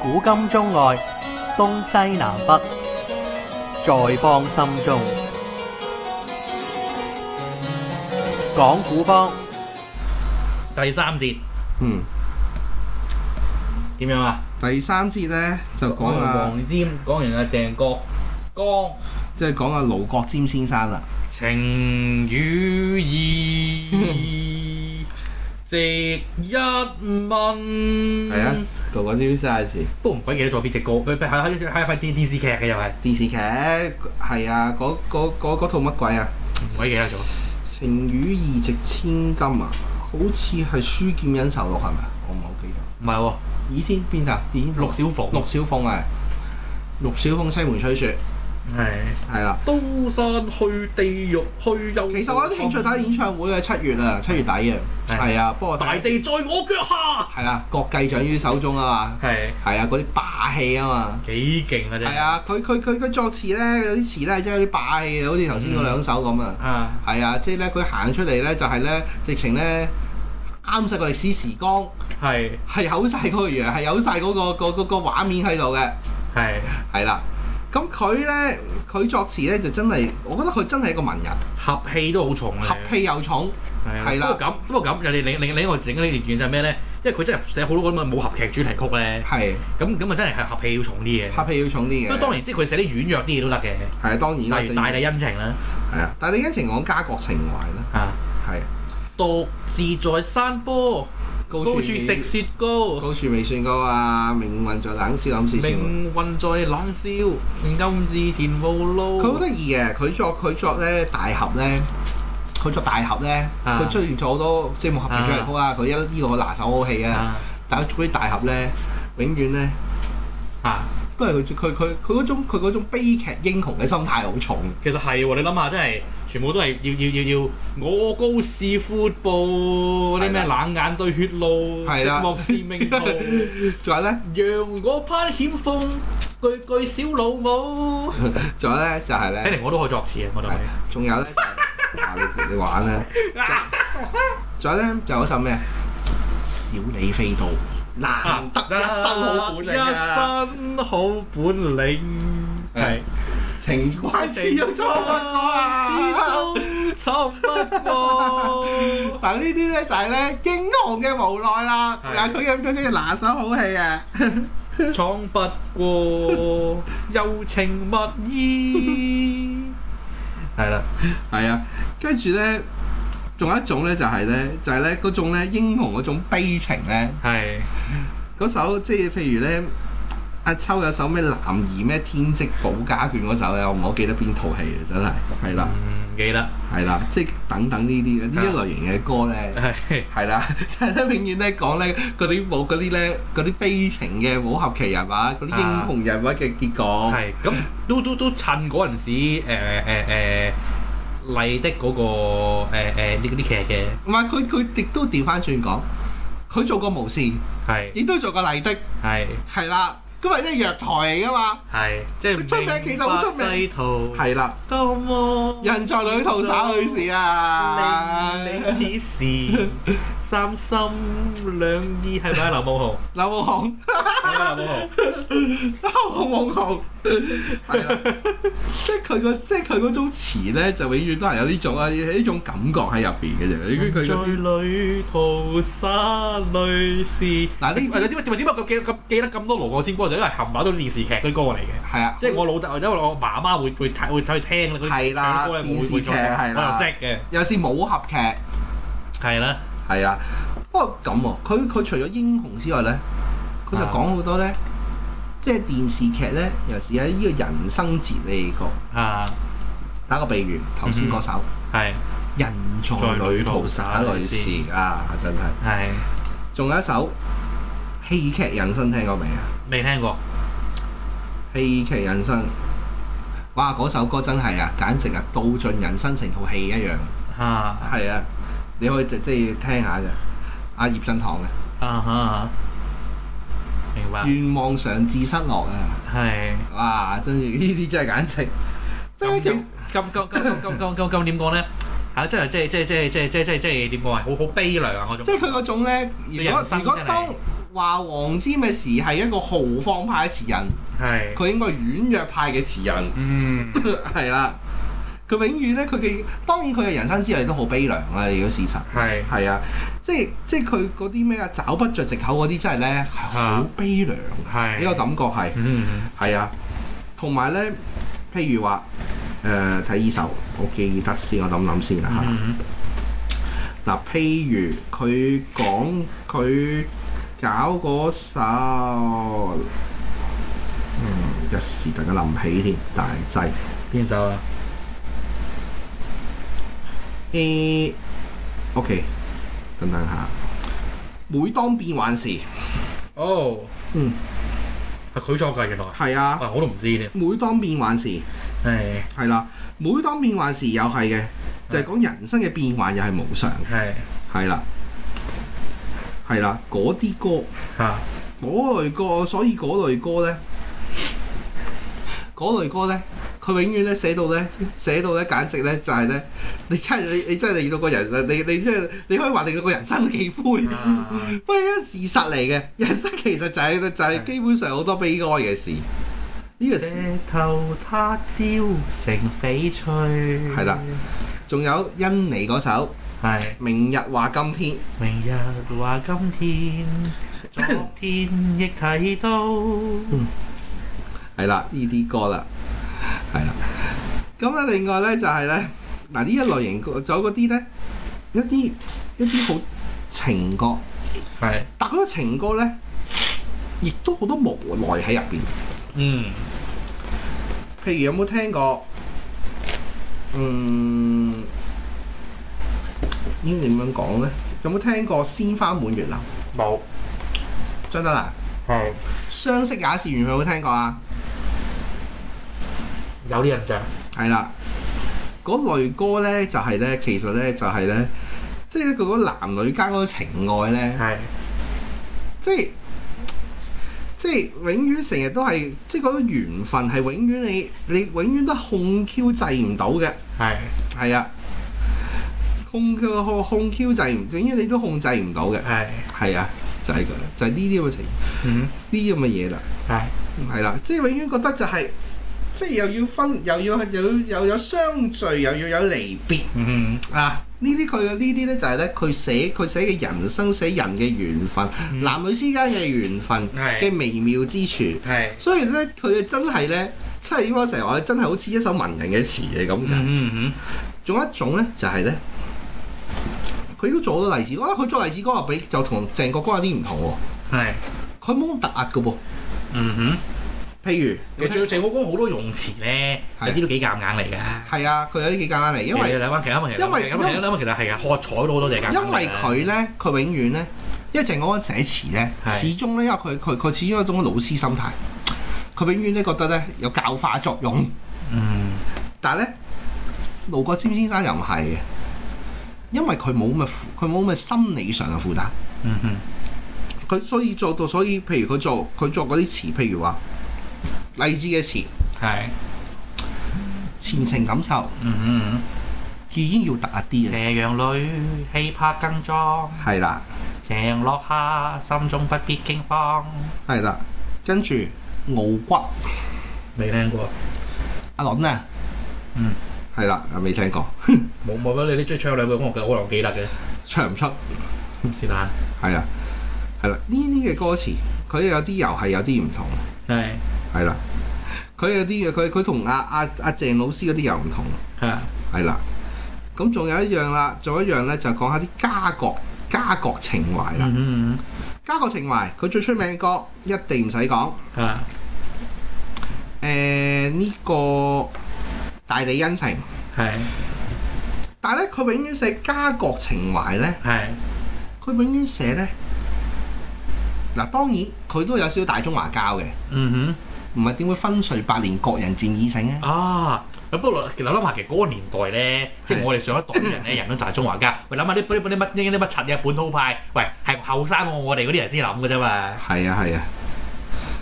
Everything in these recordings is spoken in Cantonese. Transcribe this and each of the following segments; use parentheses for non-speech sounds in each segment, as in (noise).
古今中外，東西南北，在邦心中。講古幫，第三節嗯，點樣啊？第三節咧就講完啊，黃沾，講完阿鄭國江。即係講啊盧國沾先生啦。情與義，值一蚊。係啊，，盧國沾先生嗰時都唔鬼記得咗邊只歌，佢佢係係係塊電電視劇啊嘅又係，電視劇係啊，嗰嗰嗰嗰套乜鬼啊？唔鬼記得咗。情與義值千金啊，好似係書劍恩仇錄係咪啊？我唔係好記得。唔係喎，倚天邊啊？倚天陸小鳳。陸小鳳啊，陸小鳳西門吹雪係。係啦。刀山去地獄，去又其實我有啲興趣睇演唱會嘅，七月啊，七月底啊，係係啊，不過大地在我腳下。係啦，國計掌於手中啊嘛，係係啊，嗰啲霸氣啊嘛，幾勁啊！真係。啊，佢佢佢佢作詞咧，有啲詞咧真係有啲霸氣嘅，好似頭先嗰嗯兩首咁啊，啊，係啊，即係咧佢行出嚟咧就係咧，直情咧啱晒個歷史時光，係係有晒嗰個樣，係有晒嗰個嗰嗰個畫面喺度嘅，係係啦。咁佢咧，佢作詞咧就真係，我覺得佢真係一個文人，合氣都好重啊！合氣又重，係係啦。啦不過咁，不過咁，人哋另另另一個整呢條件就係咩咧？因為佢真係寫好多咁嘅武俠劇主題曲咧，係咁咁啊真係係合氣要重啲嘅。合氣要重啲嘅。不過當然，即係佢寫啲軟弱啲嘢都得嘅，係啊，當然啦，例如大地恩情啦，係啊，但係你恩情講家國情懷啦，啊，係獨自在山坡，高高處食雪糕，高處未算高啊，命運在冷笑諗事前。命運在冷笑，暗自前無路。佢好得意嘅，佢作佢作咧大俠咧，佢作大俠咧，啊佢出現咗好多即係武俠片出嚟好啊，佢一呢個拿手好戲啊，啊但係佢啲大俠咧，永遠咧啊！都係佢佢佢佢嗰種佢嗰種悲劇英雄嘅心態好重，其實係喎，你諗下真係全部都係要要要要我高士闊步，嗰啲咩係冷眼對血路，係寂啦寞是命哦途。仲有咧。讓我攀險峰，句句小老母。仲有咧就係睇咧，嚟我都可以作詞啊，我就係係仲有咧，就係啊你你玩啦。仲有咧就有一首咩啊？小李飛刀，難得啊 Dạ 一身好本領啊！一身好本領。係係情關始要錯不過啊！始終錯不過。嗱呢啲咧就係咧英雄嘅無奈啦，係但係佢嘅佢嘅拿手好戲啊！ (laughs) 闖不過，柔情蜜意。係啦，係啊，跟住咧仲有一種咧就係咧就係咧嗰種咧英雄嗰種悲情咧。係嗰首即係譬如咧，阿秋有首咩《男兒咩天職保家眷》嗰首咧，我唔係好記得邊套戲嘅，真係係啦，唔記得係啦，即係等等呢啲呢一類型嘅歌咧，係係啦， (laughs) 就係咧永遠咧講咧嗰啲武嗰啲咧嗰啲悲情嘅武俠劇人物，嗰啲英雄人物嘅結果，係咁都都都趁嗰陣時誒誒誒麗的嗰個誒誒呢啲劇嘅唔係佢佢亦都調翻轉講，佢做過無線，係。亦都做過麗的，係係啦，咁係啲藥台嚟噶嘛，係，即係佢出名其實好出名明白世途係啦，多麼人在旅途灑去時啊，令你此時三心兩意係咪啊？劉夢 (laughs) 紅，劉浩雄。係咪啊劉夢紅 (laughs) 好冇好，係啦，即係佢個即係佢嗰種詞咧，就永遠都係有呢種啊呢種感覺喺入邊嘅啫。佢佢嗰啲在旅途灑淚是嗱呢喂點解點解點解咁記咁記得咁多盧國沾歌？就因為冚唪唥都電視劇嗰啲歌嚟嘅。係啊，即係我老豆，因為我媽媽會會睇會睇聽嗰啲係嗰啲啦歌咧，電會視會劇再係啦我又識嘅，有時武俠劇係啦，係啊。不過咁喎，佢佢除咗英雄之外咧，佢就講好多咧，即係電視劇咧，有時喺呢個人生哲理個啊打個比喻，頭先嗰首《係人在旅途灑淚時》啊，真係。係仲有一首戲劇人生聽過未啊？未聽過，戲劇人生，哇！嗰首歌真係啊，簡直啊，道盡人生成套戲一樣。嚇啊係啊，你可以即係聽下嘅。阿葉振棠嘅哈啊哈，明白《願望常自失落》啊，係。哇！真係呢啲真係簡直，真係咁咁咁咁咁咁咁咁點講咧？係真係即係即係即係即係即係即係即係點講啊？好好悲涼啊！嗰種即係佢嗰種咧。如人果生如果真係當話黃之咪時係一個豪放派嘅詞人，係，佢應該係軟弱派嘅詞人， (laughs) 嗯，係啦。佢永遠咧，佢嘅當然佢嘅人生之歷都好悲涼啦，如果事實係係啊，即係即係佢嗰啲咩啊，找不着藉口嗰啲真係咧係好啊悲涼，呢係，個感覺係嗯，係啊，同埋咧，譬如話誒睇醫手，我記得先，我諗諗先啊啦嚇。嗯，嗱，譬如佢講佢搞嗰首，嗯，一時突然間諗起添，大劑。邊首啊？誒、o k 等等下。每當變幻時，哦，嗯，係佢作㗎原來，係啊，啊我都唔知添，每當變幻時，係係啦、每當變幻時又係嘅，就係、講人生嘅變幻又係無常嘅，係係啦，係啦，嗰啲歌。 (laughs) 嚇，嗰類歌，所以嗰類歌咧，嗰類歌咧，佢永遠咧寫到咧，寫到咧，簡直咧就係咧，你真係你你真係令到個人，啊你你即係你可以話令到個人生幾灰。啊不過呢個事實嚟嘅，人生其實就係、就係、基本上好多悲哀嘅事。呢、個事石頭他朝成翡翠，係啦，仲有欣妮嗰首《係明日話今天》，明日話今天，昨天亦睇到，係啦，呢啲歌啦，係啦。咁咧，另外咧就係、呢，咧，嗱呢一類型歌，仲有嗰啲咧，一啲一啲好情歌，係，但嗰個情歌咧，亦都好多無奈喺入邊。嗯，譬如有冇聽過？嗯，應點樣講咧？有冇聽過《鮮花滿月樓》？冇，張德蘭係相識也是緣分，有冇聽過啊？有啲印象，係啦，嗰類歌咧就係、咧，其實咧就係、咧，即係佢嗰男女間嗰種情愛咧，係即係即係永遠成日都係，即係嗰種緣分係永遠你你永遠都控 Q 制唔到嘅，係係啊，控 Q 控控 Q 制唔，永遠你都控制唔到嘅，係，係啊，就係、佢啦，就係呢啲咁嘅情嗯呢啲咁嘅嘢啦。係係啦，即係永遠覺得就係、即係又要分，又要又要又有相聚，又要有離別嗯啊！呢啲佢嘅呢啲咧就係咧，佢寫佢寫嘅人生，寫人嘅緣分，嗯男女之間嘅緣分係嘅微妙之處。係，所以咧，佢真係咧，即係我成日話，真係好似一首文人嘅詞嘅咁嘅。嗯嗯仲有一種咧，就係、咧，佢都做到例子歌，我覺得佢做例子歌又比就同鄭國江有啲唔同喎。嗯，係，佢冇咁突兀嘅喎，嗯哼。譬如佢最鄭國光好多用詞咧，係有啲都幾夾硬嚟㗎。係啊，佢有啲幾簡單嚟，因為其實兩班其他問題，因為兩班其他兩班其實係啊，喝彩都好多隻㗎。因為佢咧，佢永遠咧，因為鄭國安寫詞咧，係始終咧，因為佢佢佢始終有一種老師心態，佢永遠咧覺得咧有教化作用，嗯但係咧，盧國沾先生又唔係嘅，因為佢冇咁嘅負佢冇咁嘅心理上嘅負擔，嗯嗯佢所以做到，所以譬如佢做佢作嗰啲詞，譬如話勵志嘅詞，係前程感受嗯已經要大斜啲啦，陽裏氣魄更壯，係啦斜陽落下心中不必驚慌。係啦，跟住傲骨未聽過，阿倫啊，嗯，係啦，啊未聽過，冇冇乜你啲中意唱兩句歌，我我能記得嘅，唱唔出。是但係啦，係啦，呢啲嘅歌詞，佢有啲又係有啲唔同，係係啦，佢有啲嘅佢佢同阿阿阿鄭老師嗰啲又唔同，嚇係啦。咁仲有一樣啦，仲有一樣咧就講下啲家國家國情懷啦。嗯嗯家國情懷佢最出名嘅歌一定唔使講，嚇誒、呢、個大地恩情，係但係咧佢永遠寫家國情懷咧，係佢永遠寫咧嗱，當然佢都有少少大中華教嘅。嗯唔係點會分碎百年各人漸已醒啊哼？啊。咁不過其實諗下，其實嗰個年代咧，即係我哋上一代嘅人咧，人都就係中華家。喂，諗下啲啲啲乜啲乜柒嘢本土派，喂係後生過我哋嗰啲人先諗嘅啫嘛。係啊係啊，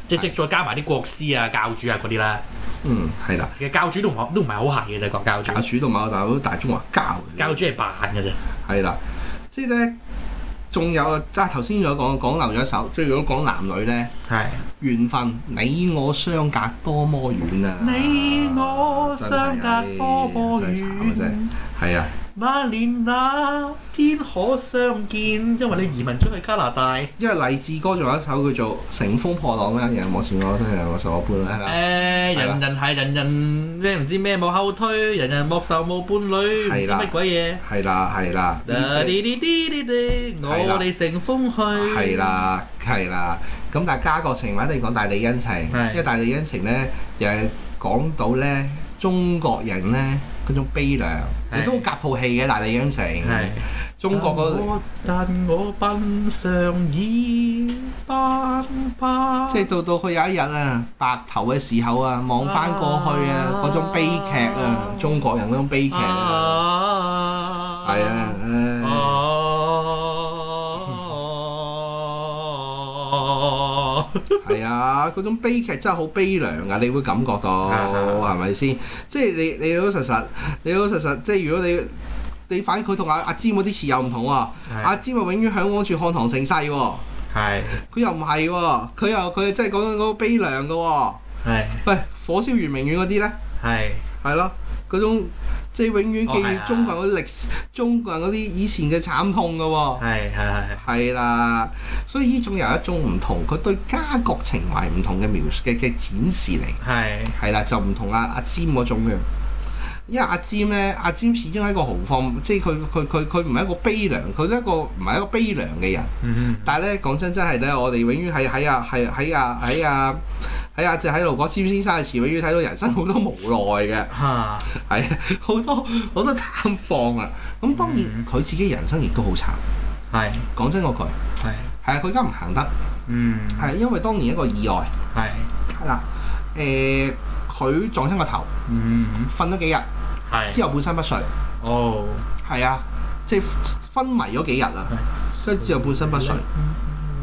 即即再加埋啲國師啊、教主啊嗰啲啦。嗯係啦，其實教主都唔係都唔係好係嘅啫，講教主教。啊主同埋我大佬大中華教嘅教主係扮嘅啫。係啦，即係咧仲有啊，啊頭先有講講留咗手，即係如果講男女咧，係緣分你我相隔多麼遠啊！你我相隔多麼真係慘啊真係遠，係啊，馬連那天可相見，因為你移民咗去加拿大。因為勵志歌仲有一首叫做《乘風破浪》啦，有人冇試過都係我所伴啦，係誒、啦，係啦人人係人人咩唔知咩冇後退，人人莫愁冇伴侶，唔係知啦乜鬼嘢。係啦，係啦，滴滴滴滴滴，我哋乘風去。係，啦，係啦。咁但係家國情或者你講大地恩情，係因為大地恩情咧又係講到咧中國人咧嗰種悲涼，係你都夾套戲嘅大地恩情。係中國哦嗰但我奔上已斑斑。即係到到佢有一日啊白頭嘅時候啊，望翻過去啊啊嗰種悲劇啊，中國人嗰種悲劇啊，啊係啊，啊唉係啊，嗰種悲劇真係好悲涼啊！你會感覺到啊啊係咪先？即係你你老老實實，你老老實實，即係如果你你反佢同阿阿詹嗰啲詞又唔同喎，阿詹啊永遠向往住漢唐盛世喎，係佢又唔係喎，佢又佢真係講緊嗰個悲涼嘅喎。係喂，火燒圓明園嗰啲呢，係係咯，嗰種即係永遠記哦係啊住中國人嗰啲歷史，中國人嗰啲以前嘅慘痛嘅喎。係係係係啦，所以呢種有一種唔同，佢對家國情懷唔同嘅描述嘅嘅展示嚟，係係啦，就唔同阿阿詹嗰種嘅。因為阿詹呢，阿詹始終係一個豪放，即係佢佢佢佢唔係一個悲涼，佢都係一個唔係一個悲涼嘅人。嗯但係咧講真真係咧，我哋永遠係喺啊係喺啊喺啊喺啊即係喺盧國沾先生嘅詞，永遠睇到人生好多無奈嘅，嚇係啊好多好多慘況啊！咁當然嗯佢自己人生亦都好慘。係講真嗰句，係係啊，佢而家唔行得，嗯係因為當年一個意外係係啦。誒、佢撞親個頭，嗯瞓咗幾日係之後半身不遂，哦係啊，即係昏迷咗幾日啊，跟住之後半身不遂，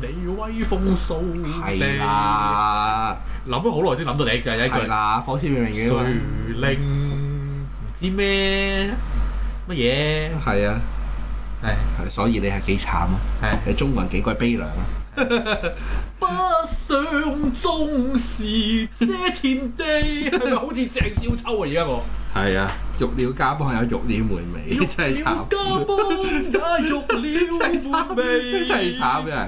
你威風掃係啦，諗咗好耐先諗到你嘅一係句，啦，火燒圓明園啊嘛。誰令唔知咩乜嘢？係啊，係係，所以你係幾慘啊！係你中國人幾鬼悲涼啊！不想中是遮天地，係咪好似鄭少秋啊？而家我係啊，玉料家邦有玉料門楣，真係慘，家邦也欲了無味，真係慘嘅。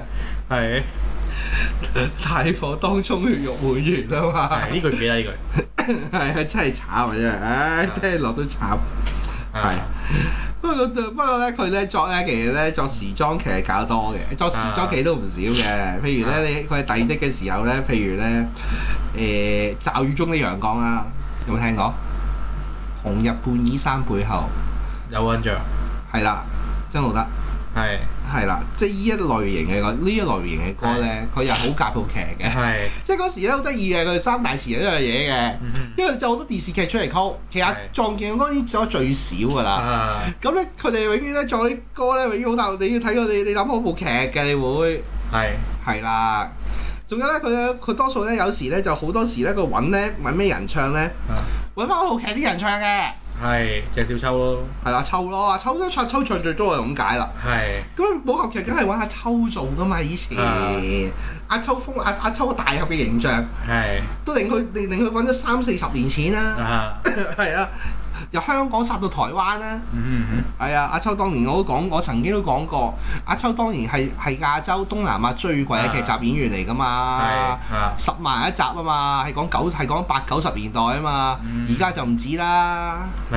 係大火當中血肉滿園啊嘛係，呢句唔記得呢句，係啊，真係慘啊真係，唉，係聽落都慘。係不過不過咧，佢咧作咧其實咧作時裝劇係搞多嘅，作時裝劇都唔少嘅。譬如啊咧，你佢係抵的嘅時候咧，譬如咧，誒、驟雨中的陽光啦，有冇聽過？紅日半倚山背後，有印象，係啦，真好得。係係啦，即係呢一類型嘅歌，呢一類型嘅歌咧，佢又好夾套劇嘅。係即係嗰時咧好得意嘅，佢哋三大時一樣嘢嘅，因為就好多電視劇出嚟 call，其實係撞見嘅歌已經做得最少㗎啦。啊咁咧，佢哋永遠咧撞啲歌咧，永遠好大。你要睇佢哋，你諗好部劇嘅，你會係係啦。仲有咧，佢呢佢多數咧有時咧就好多時咧，佢揾咧揾咩人唱咧啊，揾翻部劇啲人唱嘅，係鄭少秋咯，係啦，秋咯啊，秋都唱秋唱最多就咁解啦。係咁啊武俠劇梗係揾阿秋做噶嘛，以前啊阿秋風阿阿秋大俠嘅形象係都令佢令令佢揾咗三四十年前啦，啊係啊，由香港殺到台灣啦，嗯係啊，阿秋當年我都講，我曾經都講過，阿秋當年係係亞洲東南亞最貴嘅劇集演員嚟噶係嘛，啊十萬一集啊嘛，係講九係講八九十年代啊嘛，嗯而家就唔止啦，係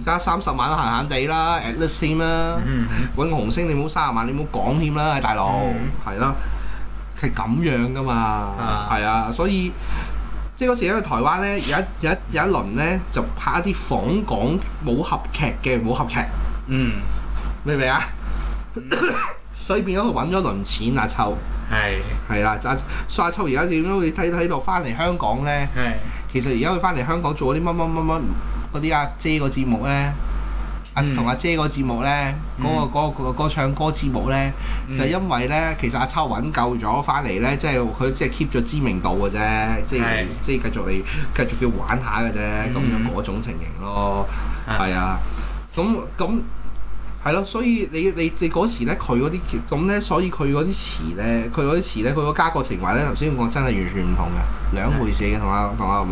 而家三十萬都閒閒地啦，at least 添啦。嗯揾個紅星你冇三十萬，你冇講添啦，大佬嗯，係啦，係咁樣噶嘛，啊係啊，所以即係嗰時因為台灣咧有一有一有一輪咧就拍一啲訪港武俠劇嘅武俠劇，嗯明唔明啊？所以變咗佢揾咗輪錢阿秋，係係啦，阿所以阿秋而家點樣會睇睇到翻嚟香港咧？係其實而家佢翻嚟香港做嗰啲乜乜乜乜嗰啲阿姐個節目咧，阿嗯同阿姐個節目咧，嗰、個嗰、個嗰個唱歌節目咧，嗯就係因為咧，其實阿秋揾夠咗翻嚟咧，即係佢即係 keep 咗知名度嘅啫，即係係即係繼續嚟繼續叫玩下嘅啫，咁、嗯樣嗰種情形咯，啊係啊，咁咁係咯，所以你你你嗰時咧，佢嗰啲咁咧，所以佢嗰啲詞咧，佢嗰啲詞咧，佢個家國情懷咧，頭先我真係完全唔同嘅，兩回事嘅，同嗯阿同阿黃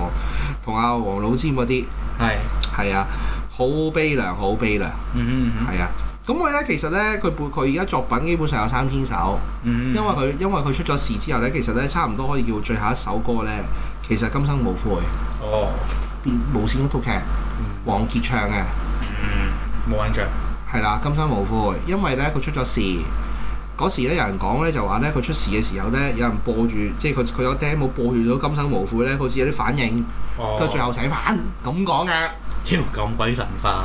同阿黃老尖嗰啲係，係啊，好悲涼，好悲涼，嗯哼係啊。咁佢咧其實咧，佢本佢而家作品基本上有三千首，嗯哼，因為佢因為佢出咗事之後咧，其實咧差唔多可以叫最後一首歌咧，其實今生無悔，哦，無線嗰套劇，王傑唱嘅。嗯，冇印象，係啦，今生無悔，因為咧佢出咗事。嗰時咧有人講咧就話咧佢出事嘅時候咧，有人播住即係佢佢有 demo 播住咗《今生無悔》咧，好似有啲反應，哦，跟住最後洗反咁講嘅，屌咁鬼神化，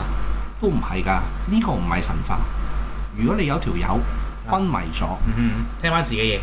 都唔係㗎，呢、個唔係神化。如果你有條友昏迷咗，嗯哼，聽翻自己嘢，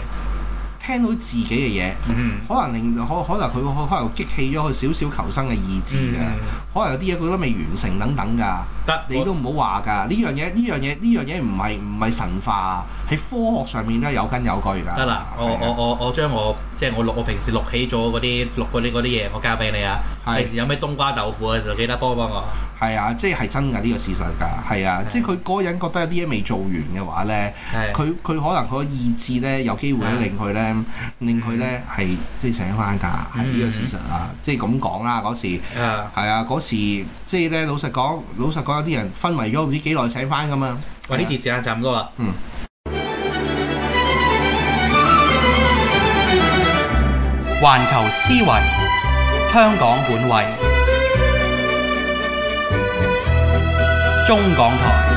聽到自己嘅嘢，嗯可能令可可能佢會可能激起咗佢少少求生嘅意志嗯嘅，可能有啲嘢佢都未完成等等㗎。得你都唔好話㗎，呢樣嘢呢樣嘢呢樣嘢唔係唔係神化，喺科學上面咧有根有據㗎。得啦，我係我啊我我將我即係我錄我平時錄起咗嗰啲錄嗰啲嗰啲嘢，我交俾你啊。平係時有咩冬瓜豆腐嘅時候，記得幫幫我。係啊，即係係真㗎呢個事實㗎，係啊，係即係佢嗰個人覺得有啲嘢未做完嘅話咧，係佢佢可能佢個意志咧有機會咧係令佢咧令佢嗯咧係即係醒翻㗎，係呢個事實啊，即係咁講啦嗰時。啊，係啊，嗰時即係咧，老實講，老實講，有啲人昏迷咗唔知幾耐醒翻㗎嘛。喂，呢節時間差唔多啦。嗯。環球思維，香港本位，中港台。